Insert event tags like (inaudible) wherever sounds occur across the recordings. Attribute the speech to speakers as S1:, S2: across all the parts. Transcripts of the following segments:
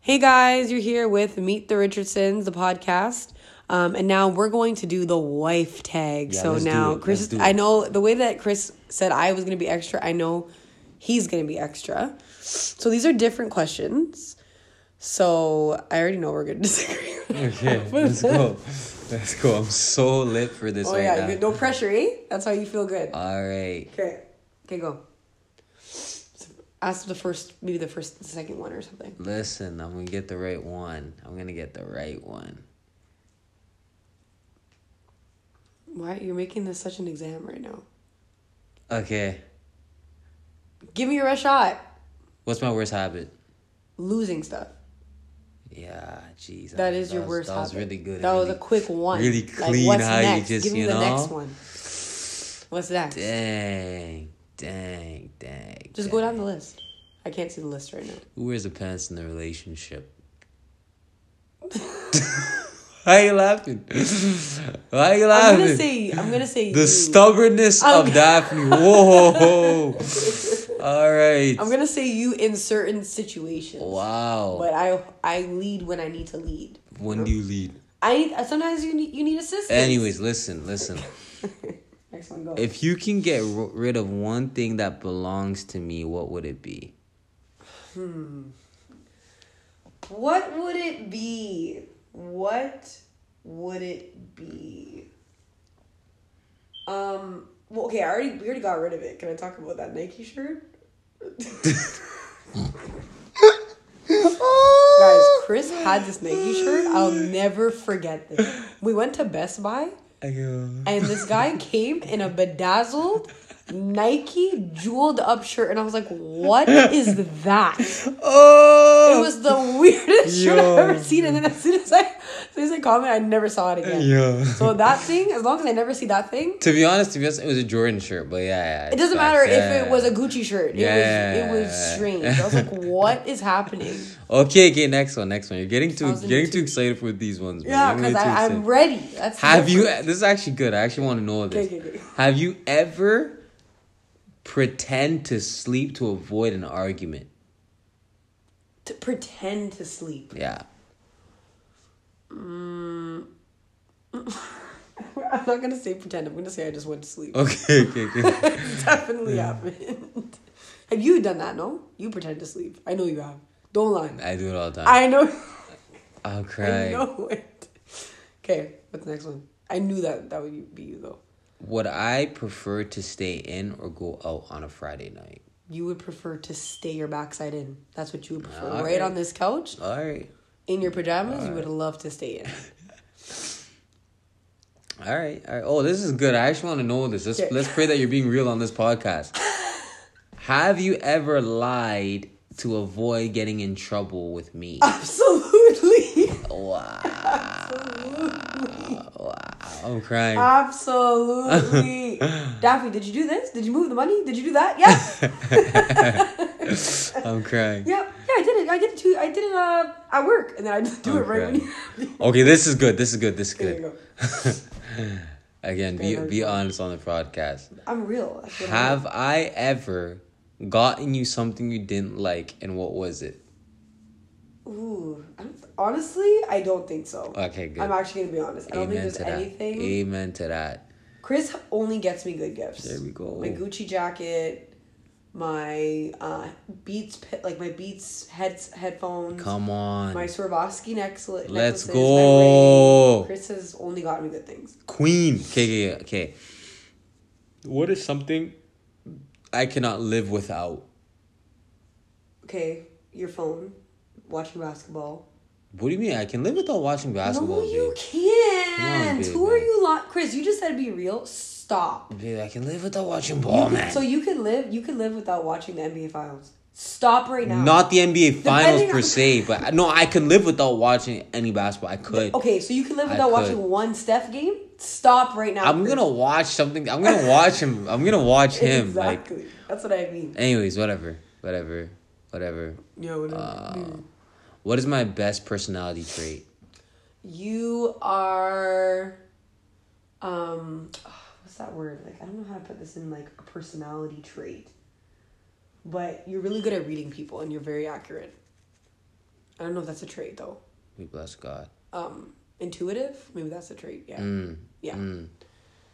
S1: Hey guys, you're here with Meet the Richardsons, the podcast. Um, and now we're going to do the wife tag.
S2: Yeah,
S1: so
S2: let's do
S1: now,
S2: it. Let's
S1: Chris,
S2: do it.
S1: I know the way that Chris said I was going to be extra, I know he's going to be extra. So these are different questions. So I already know we're going to (laughs)
S2: (laughs)
S1: disagree. (laughs)
S2: Okay, let's go. Let's go. I'm so lit for this
S1: oh,
S2: right
S1: yeah.
S2: now.
S1: Good. No pressure, eh? That's how you feel good.
S2: All right.
S1: Okay. Okay, go. Ask the first, maybe the first, the second one or something.
S2: Listen, I'm gonna get the right one. I'm gonna get the right one.
S1: Why? You're making this such an exam right now.
S2: Okay.
S1: Give me your best shot.
S2: What's my worst habit?
S1: Losing stuff.
S2: Yeah, jeez.
S1: That is your worst
S2: That was
S1: habit.
S2: really good.
S1: That
S2: Really-
S1: was a quick one.
S2: really clean how you just,
S1: Give me
S2: you
S1: the
S2: know?
S1: next one. What's next?
S2: Dang, dang, dang.
S1: Just go down the list. I can't see the list right now.
S2: Who wears the pants in the relationship? (laughs) Why are you laughing? Why are you
S1: I'm
S2: laughing?
S1: gonna say. I'm gonna say. you.
S2: The stubbornness
S1: I'm-
S2: of Daphne.
S1: (laughs)
S2: Whoa. All right.
S1: I'm gonna say you in certain situations.
S2: Wow.
S1: But I I lead when I need to lead.
S2: When do you lead?
S1: I sometimes you need you need assistance.
S2: Anyways, listen, listen.
S1: (laughs) Next one go.
S2: If you can get r- rid of one thing that belongs to me, what would it be?
S1: What would it be? What would it be? Um. Well, okay. I already we already got rid of it. Can I talk about that Nike shirt? Guys, Chris had this Nike shirt. I'll never forget (laughs) this. We went to Best Buy,
S2: I go.
S1: and this (laughs) guy came in a bedazzled Nike jeweled up shirt, and I was like, "What is that?"
S2: Oh.
S1: It was the (laughs) weirdest shirt
S2: Yo.
S1: I've ever seen. And then as soon as I, as soon as I comment, I never saw it again.
S2: Yo.
S1: So that thing, as long as I never see that thing,
S2: To be honest, to be honest, it was a Jordan shirt, but yeah. yeah
S1: it doesn't matter if it was a Gucci shirt. It was it was
S2: Yeah.
S1: strange. I was like,
S2: (laughs)
S1: what is happening?
S2: Okay, okay, next one, next one. You're getting too
S1: Thousand
S2: getting
S1: two.
S2: too excited for these ones. man.
S1: Yeah,
S2: You're
S1: because
S2: way too excited.
S1: I'm ready. That's
S2: Have you? e,
S1: different.
S2: This is actually good. I actually want to know this.
S1: Okay, okay, okay.
S2: Have you ever pretend to sleep to avoid an argument? e-,
S1: to pretend to sleep? (laughs)
S2: Yeah.
S1: I'm not gonna say pretend. I'm gonna say I just went to sleep.
S2: Okay, okay, okay.
S1: It's (laughs) definitely happened. (laughs) have you done that? No, you pretend to sleep. I know you have. Don't lie.
S2: I do it all the time.
S1: I know. (laughs)
S2: I, will
S1: I
S2: cry.
S1: know it. Okay, what's the next one? I knew that that would be you though.
S2: Would I prefer to stay in or go out on a Friday night?
S1: You would prefer to stay your backside in. That's what you would prefer.
S2: Alright.
S1: right on this couch,
S2: All right,
S1: in your pajamas, you would love to stay in.
S2: all right, all right. Oh, this is good. I actually want to know this. Let's
S1: Okay.
S2: let's pray that you're being real on this
S1: (laughs)
S2: podcast. Have you ever lied to avoid getting in trouble
S1: (laughs)
S2: with me?
S1: (laughs) Absolutely.
S2: Wow,
S1: Absolutely.
S2: I'm crying.
S1: Absolutely. Daphne, did you do this? Did you move the money? Did you do that? Yeah.
S2: I'm crying.
S1: yeah. Yeah, I did it. I did it too. I did it uh, at work. And then I just do it right
S2: Okay.
S1: when you. (laughs)
S2: Okay, this is good. This is good. This is
S1: There you
S2: good.
S1: go.
S2: Again, be
S1: Okay,
S2: be
S1: nice one.
S2: honest on the podcast.
S1: I'm real. That's what I am.
S2: Have I ever gotten you something you didn't like, and what was it?
S1: Ooh, I don't, honestly, I don't think so.
S2: Okay, good.
S1: I'm actually gonna be honest. I don't
S2: Amen
S1: think
S2: to
S1: there's
S2: that.
S1: anything.
S2: Amen to that.
S1: Chris only gets me good gifts.
S2: There we go.
S1: My Gucci jacket, my uh, Beats pe- like my Beats heads headphones,
S2: Come on,
S1: my Swarovski necklace. necklaces,
S2: Let's
S1: my
S2: go.
S1: ring. Chris has only gotten me good things.
S2: queen. Okay, okay, okay. What is something I cannot live without?
S1: Okay, your phone, watching basketball.
S2: What do you mean? I can live without watching basketball.
S1: no, you
S2: babe.
S1: can't.
S2: No, babe,
S1: Who are
S2: no.
S1: you? Lo- Chris, you just said be real. Stop.
S2: Babe, I can live without watching ball, Oh, man.
S1: So you could live you could live without watching the NBA finals. Stop right now.
S2: Not the NBA finals
S1: Depending
S2: per
S1: on- (laughs)
S2: se, but no, I could live without watching any basketball. I could.
S1: Okay, so you could live
S2: I
S1: without
S2: could.
S1: watching one Steph game? Stop right now.
S2: I'm
S1: Chris.
S2: gonna watch something. I'm gonna watch him. I'm
S1: (laughs)
S2: gonna watch him. Like,
S1: Exactly. That's what I mean.
S2: anyways, whatever, whatever, whatever.
S1: Yo, no,
S2: uh,
S1: dude.
S2: What is my best personality trait?
S1: you are um (sighs) what's that word? Like I don't know how to put this in like a personality trait. But you're really good at reading people and you're very accurate. I don't know if that's a trait though.
S2: We bless God.
S1: Um, intuitive, maybe that's a trait. Yeah,
S2: Mm.
S1: yeah.
S2: Mm.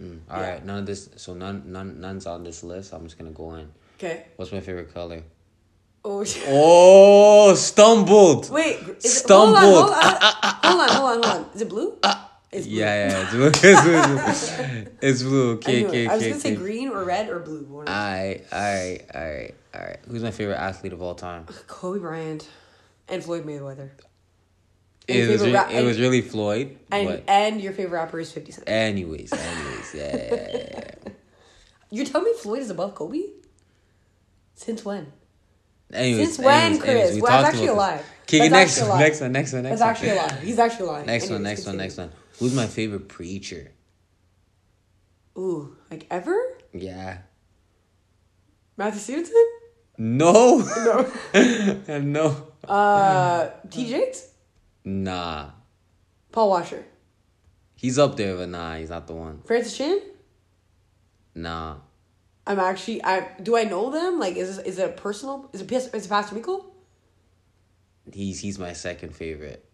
S2: Mm. All
S1: Yeah.
S2: right, none of this. So none, none, none's on this list. I'm just gonna go in.
S1: Okay.
S2: What's my favorite color?
S1: Oh. (laughs)
S2: Oh, stumbled.
S1: Wait, is it, hold on, hold
S2: Stumbled.
S1: on,
S2: (laughs)
S1: hold on, hold on, hold on. Is it blue? It's blue.
S2: Uh, Yeah, yeah. It's blue. (laughs) it's blue.
S1: I,
S2: Okay,
S1: knew
S2: okay,
S1: it. I was
S2: okay.
S1: gonna say
S2: okay.
S1: green or red or blue. one or-
S2: All right, all right, all right, all right. Who's my favorite athlete of all time?
S1: Kobe Bryant and Floyd Mayweather. And
S2: It was,
S1: favorite
S2: re-
S1: ra-
S2: it was really Floyd.
S1: and,
S2: but
S1: and your favorite rapper is Fifty Cent.
S2: anyways, anyways, yeah, yeah,
S1: (laughs)
S2: yeah, yeah.
S1: You're telling me Floyd is above Kobe? Since when?
S2: Anyways,
S1: Since when,
S2: anyways,
S1: Chris?
S2: anyways,
S1: Well, that's
S2: talked
S1: actually
S2: about
S1: a
S2: this.
S1: lie.
S2: Okay,
S1: That's
S2: next
S1: actually a
S2: one,
S1: lie.
S2: next one, next one, next
S1: That's
S2: one.
S1: actually a lie. He's actually lying.
S2: Next one, next one, next one. Who's my favorite preacher?
S1: Ooh, like ever?
S2: Yeah.
S1: Matthew Stevenson?
S2: No. No.
S1: (laughs)
S2: (laughs) no.
S1: Uh,
S2: Mm.
S1: T. Jakes?
S2: Nah.
S1: Paul Washer?
S2: He's up there, but nah, he's not the one.
S1: Francis Chan?
S2: Nah.
S1: I'm actually. I do I know them? Like, is this, is it a personal? Is it P- is it Pastor Michael?
S2: He's he's my second favorite.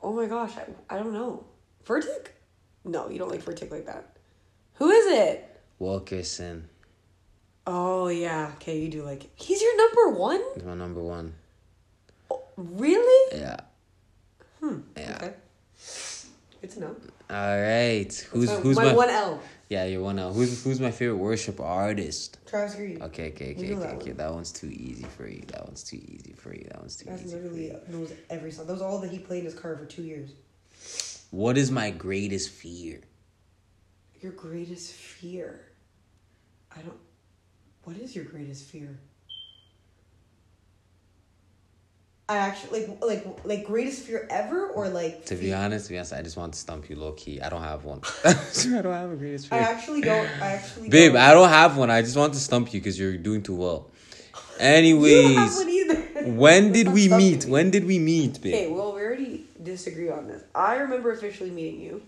S1: Oh my gosh, I, I don't know. Furtick? No, you don't like Furtick like that. Who is it?
S2: Wilkerson
S1: Oh yeah, okay, you do like. He's your number one?
S2: is my number one.
S1: Really?
S2: Yeah.
S1: Hmm.
S2: Yeah.
S1: Okay. Good to know.
S2: All right. Who's
S3: Oh,
S1: My,
S2: who's
S1: my
S2: my,
S1: one L.
S2: Yeah, you're one out. Who's who's my favorite worship artist?
S1: Travis Green.
S2: Okay, okay, okay,
S1: know
S2: okay,
S1: that
S2: okay.
S1: one.
S2: That one's too easy for you. That one's too easy for you. That one's too
S3: That's
S2: easy.
S3: literally knows every song. That was all that he played in his car for two years.
S2: What is my greatest fear?
S1: Your greatest fear. I don't. What is your greatest fear?
S3: I actually like like like greatest fear ever or like
S2: To be honest, to be honest, I just want to stump you low key. I don't have one. (laughs) I don't have a greatest
S3: I
S2: fear.
S3: actually don't. I actually
S2: (laughs) Babe,
S3: Don't.
S2: I don't have one. I just want to stump you because you're doing too well.
S3: don't have
S2: Anyways,
S3: one either.
S2: when did we
S1: Stumping
S2: meet?
S1: me.
S2: When did we meet, babe?
S1: Okay, well, we already disagree on this. I remember officially meeting you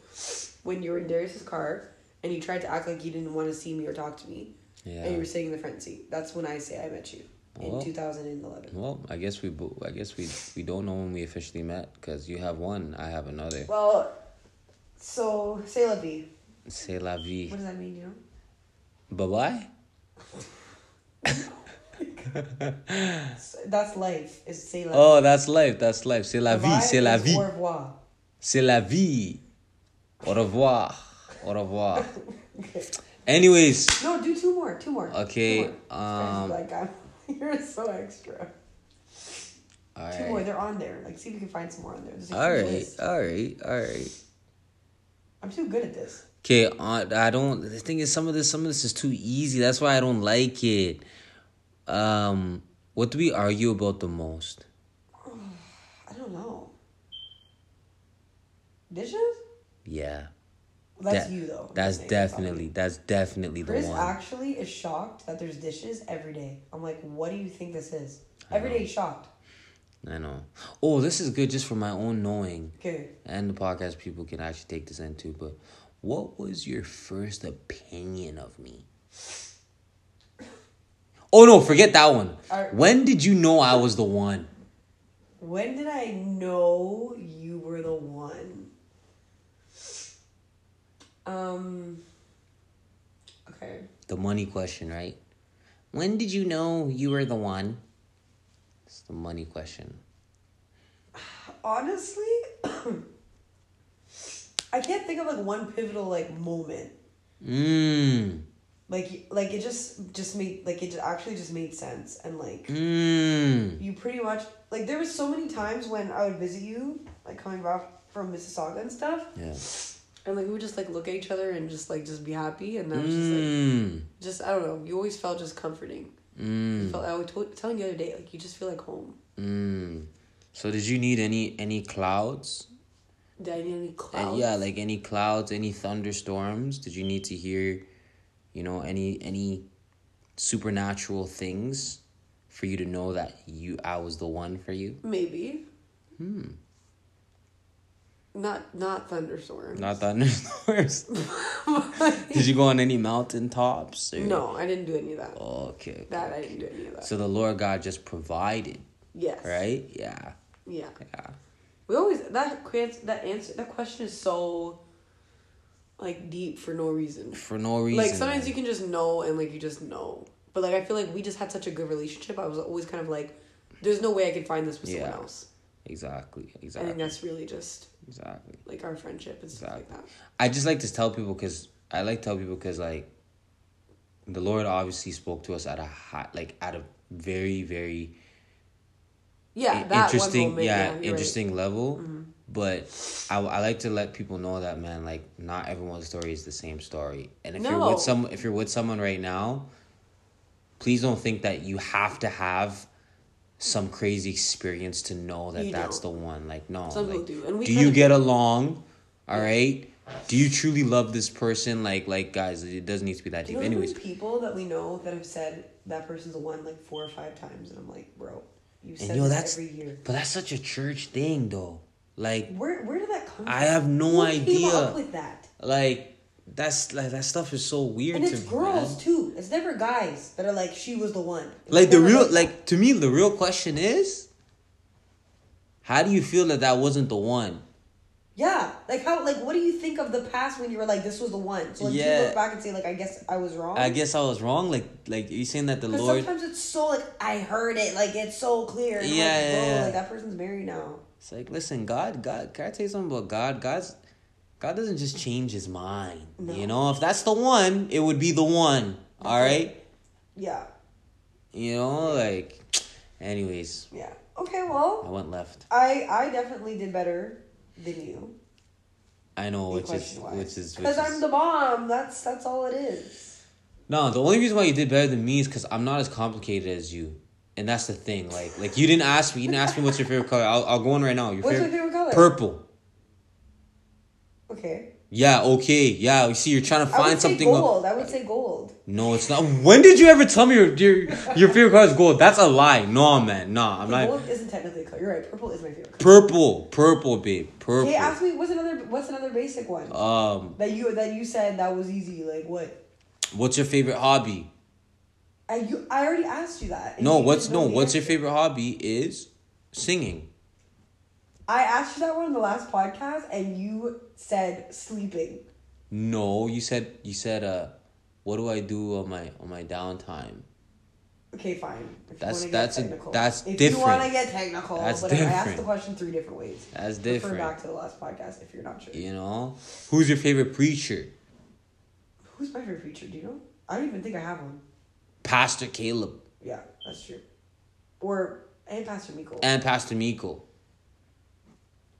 S1: when you were in Darius's car and you tried to act like you didn't want to see me or talk to me. And you
S2: Yeah.
S1: were sitting in the front seat. That's when I say I met you in
S2: Well. Mm.
S1: 2011.
S2: Well, I guess we bo- I guess we we don't know when we officially met because you have one, I have another.
S3: Well, so say la vie.
S2: C'est la vie.
S3: What does that mean? You know.
S2: Bye bye.
S3: S- That's life. Is say la.
S2: Oh, that's life. That's life. C'est la vie.
S3: Bye
S2: C'est la
S3: is
S2: vie.
S3: Au revoir.
S2: C'est la vie. Au revoir. Au revoir. Anyways,
S3: No, do two more. Two more.
S2: Okay,
S3: Two more. Guys,
S2: um,
S3: like I'm, (laughs) you're so extra.
S2: all
S3: Two more.
S2: right,
S3: They're on there. Like, see if you can find some more on there. There's a
S2: all
S3: huge
S2: right,
S3: list.
S2: all right, all right.
S3: I'm too good at this.
S2: Okay, uh, I don't. The thing is, some of this, some of this is too easy. That's why I don't like it. Um, what do we argue about the most?
S3: I don't know. Dishes?
S2: Yeah,
S3: That's
S2: that-
S3: you though.
S2: That's
S3: Like,
S2: definitely that's definitely the
S3: Chris
S2: one.
S3: actually is shocked that there's dishes every day. I'm like, what do you think this is? Every day he's shocked.
S2: I know. Oh, this is good just for my own knowing,
S3: Okay.
S2: and the podcast people can actually take this in too. But what was your first opinion of me? Oh no, forget that one.
S3: Alright.
S2: When did you know I was the one?
S3: When did I know you were the one? Um. Okay.
S2: The money question, right? When did you know you were the one? It's the money question.
S3: Honestly, I can't think of like one pivotal like moment.
S2: Mmm.
S3: Like like it just just made like it actually just made sense and like
S2: Mmm.
S3: you pretty much like there was so many times when I would visit you, like coming back from Mississauga and stuff.
S2: Yeah.
S1: And like we would just like look at each other and just like just be happy and that was just like
S2: Mmm.
S1: just I don't know. You always felt just comforting. You
S2: Mmm.
S1: felt I was to- telling you the other day like you just feel like home.
S2: Mmm. So did you need any any clouds?
S1: Did I need any
S2: And
S1: clouds?
S2: yeah, like any clouds, any thunderstorms? Did you need to hear, you know, any any supernatural things for you to know that you I was the one for you?
S1: maybe. Hmm. Not not thunderstorms. (laughs)
S2: Not thunderstorms. (laughs) Did you go on any mountain tops? or-
S1: no, I didn't do any of that.
S2: Okay. okay.
S1: That I didn't do any of that.
S2: So the Lord God just provided.
S1: Yes.
S2: right? Yeah,
S1: Yeah.
S2: yeah.
S1: We always that quiz that answer that question is so like deep for no reason.
S2: For no reason.
S1: Like sometimes you can just know and like you just know. But like I feel like we just had such a good relationship. I was always kind of like, there's no way I could find this with
S2: Yeah.
S1: someone else.
S2: exactly,
S1: I think
S2: exactly,
S1: that's really just
S2: exactly.
S1: like our friendship and stuff like that.
S2: I just like to tell people because I like to tell people because like the Lord obviously spoke to us at a hot like at a very very
S1: Yeah,
S2: in-
S1: that
S2: interesting
S1: one moment,
S2: yeah,
S1: you're right. Mm-hmm.
S2: interesting level but I, I like to let people know that man like not everyone's story is the same story and if you're
S1: No.
S2: with some if you're with someone right now please don't think that you have to have some crazy experience to know that
S1: You
S2: that's
S1: don't.
S2: the one like no
S1: Some people
S2: like,
S1: do, and we
S2: do
S1: kinda-
S2: you get along all right do you truly love this person like like guys it doesn't need to be that
S3: Do
S2: deep
S3: you know how many
S2: anyways
S3: people that we know that have said that person's the one like four or five times, and I'm like, bro, you said
S2: and yo
S3: this
S2: that's
S3: every year.
S2: but that's such a church thing though like
S3: Where where did that come?
S2: I
S3: from?
S2: have no
S3: Who
S2: idea.
S3: Came up with that,
S2: Like that's like that stuff is so weird
S3: and
S2: to
S3: it's
S2: me,
S3: girls
S2: man.
S3: too. It's never guys that are like, she was the one. It's
S2: Like the
S3: never
S2: real
S3: that.
S2: like to me the real question is how do you feel that that wasn't the one?
S3: Yeah, like how like what do you think of the past when you were like this was the one? So like
S2: Yeah.
S3: you look back and say like I guess I was wrong.
S2: I guess I was wrong like like you saying that the
S3: Because
S2: Lord
S3: sometimes it's so like I heard it, like it's so clear. And I'm
S2: Yeah,
S3: like,
S2: yeah,
S3: "Whoa,
S2: yeah.
S3: like that person's married now.
S2: It's like listen God God can I tell you something about God? God's God doesn't just change his mind.
S3: No.
S2: You know, if that's the one, it would be the one. All right?
S3: Yeah,
S2: You know, like anyways,
S3: yeah. Okay,
S2: I
S3: well,
S2: went left.
S3: I I definitely did better than you.
S2: I know which is, which is which
S3: because
S2: is
S3: I'm the mom. That's that's all it is.
S2: No, the only reason why you did better than me is because I'm not as complicated as you, and that's the thing. Like, like you didn't ask me. You didn't ask me what's your favorite color. I'll, I'll go on right now. Your
S3: What's my favorite color?
S2: Purple.
S3: Okay,
S2: Yeah. Okay. Yeah. You see, you're trying to
S3: I
S2: find
S3: would say
S2: something.
S3: gold. I would say gold.
S2: No, it's not. When did you ever tell me your your, your favorite color is gold? That's a lie. No, man. Nah, I'm not.
S3: gold isn't technically a color. You're right. Purple is my favorite. color.
S2: Purple. Purple, babe. Purple.
S3: Okay, ask me what's another what's another basic one
S2: um,
S3: that you that you said that was easy. Like what?
S2: what's your favorite hobby?
S3: I you I already asked you that. and
S2: No,
S3: you
S2: what's
S3: didn't know
S2: no?
S3: the
S2: What's your
S3: answer.
S2: favorite hobby? Is singing.
S3: I asked you that one on the last podcast, and you said sleeping.
S2: No, you said you said uh what do I do on my on my downtime?
S3: Okay, fine. If you
S2: That's-
S3: wanna get
S2: that's a-
S3: technical.
S2: that's
S3: if
S2: different.
S3: you want to get technical,
S2: That's
S3: but I asked the
S2: different.
S3: question three different ways.
S2: That's
S3: Refer
S2: different.
S3: back to the last podcast if you're not sure.
S2: You know? Who's your favorite preacher?
S3: Who's my favorite preacher? Do you know? I don't even think I have one.
S2: Pastor Caleb
S3: Yeah, that's true. Or and Pastor Miko.
S2: and Pastor Miko.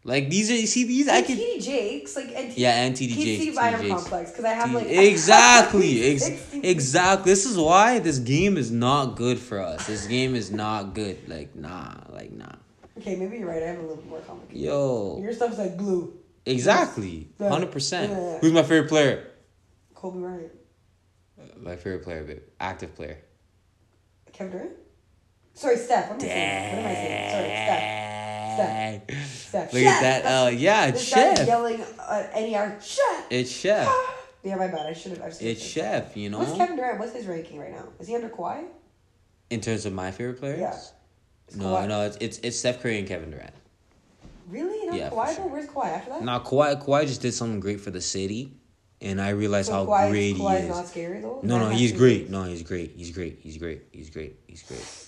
S2: Like these are you see these I
S3: and
S2: can
S3: TD Jakes, like and T-
S2: Yeah, and TD Jakes,
S3: Steve
S2: TD
S3: I have
S2: Jakes.
S3: complex because I have like
S2: (laughs) Exactly.
S3: (laughs) like
S2: Ex-
S3: 60.
S2: exactly. This is why this game is not good for us. This game is not good. Like nah, like nah.
S3: Okay, maybe you're right. I have a little bit more complicated.
S2: Yo.
S3: Your stuff's like glue.
S2: Exactly.
S3: Yeah.
S2: 100%.
S3: Yeah.
S2: Who's my favorite player?
S3: Kobe Bryant,
S2: My favorite player, babe. Active player.
S3: Kevin Durant. Sorry, Steph. What am I saying? What am I saying? Sorry, Steph. Steph. Steph.
S2: Look
S3: Chef.
S2: at that. Uh, yeah, it's
S3: This guy's
S2: chef.
S3: yelling uh, at any hour. Chef.
S2: It's chef.
S3: Yeah, my bad. I should have. I should've
S2: It's
S3: said-
S2: chef, you
S3: Ah. What's
S2: know?
S3: Kevin Durant? What's his ranking right now? Is he under Kawhi?
S2: In terms of my favorite players?
S3: Yeah.
S2: No,
S3: Kawhi-
S2: no, it's, it's it's Steph Curry and Kevin Durant.
S3: Really? Not
S2: Yeah, for
S3: Kawhi?
S2: sure.
S3: though? Where's Kawhi after that?
S2: Now Kawhi Kawhi just did something great for the city and I realized
S3: So
S2: how
S3: Kawhi-
S2: great
S3: Kawhi's
S2: he is.
S3: not scary though.
S2: no,
S3: Does
S2: no,
S3: that
S2: he's
S3: have to
S2: great.
S3: be
S2: No, he's great. He's great. He's great. He's great. He's great.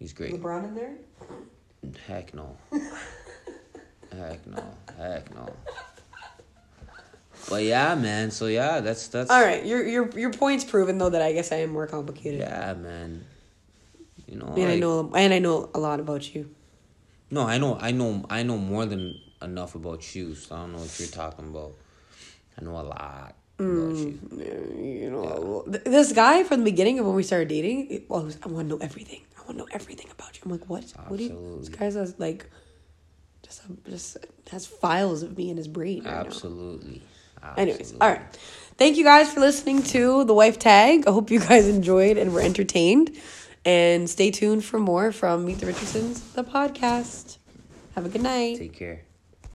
S2: He's great.
S3: LeBron in there.
S2: Heck no. Heck no.
S3: (laughs)
S2: Heck no. But yeah, man. So yeah, that's that's
S1: All right, your your your point's proven though that I guess I am more complicated.
S2: Yeah, man. You know,
S1: And I
S2: like-
S1: know and I know a lot about you.
S2: No, I know, I know, I know more than enough about you. So I don't know what you're talking about. I know a lot
S1: Mm.
S2: about you.
S1: You know, th- this guy from the beginning of when we started dating, it- well, he was, I want to know everything. I want to know everything about you. I'm like, what? What do you? This
S2: Absolutely.
S1: guy's has, like, just um, just has files of me in his brain. Right now.
S2: Absolutely.
S1: Anyways,
S2: Absolutely.
S1: all right. Thank you guys for listening to The Wife Tag. I hope you guys enjoyed and were entertained. And stay tuned for more from Meet the Richardsons, the podcast. Have a good night.
S2: Take care.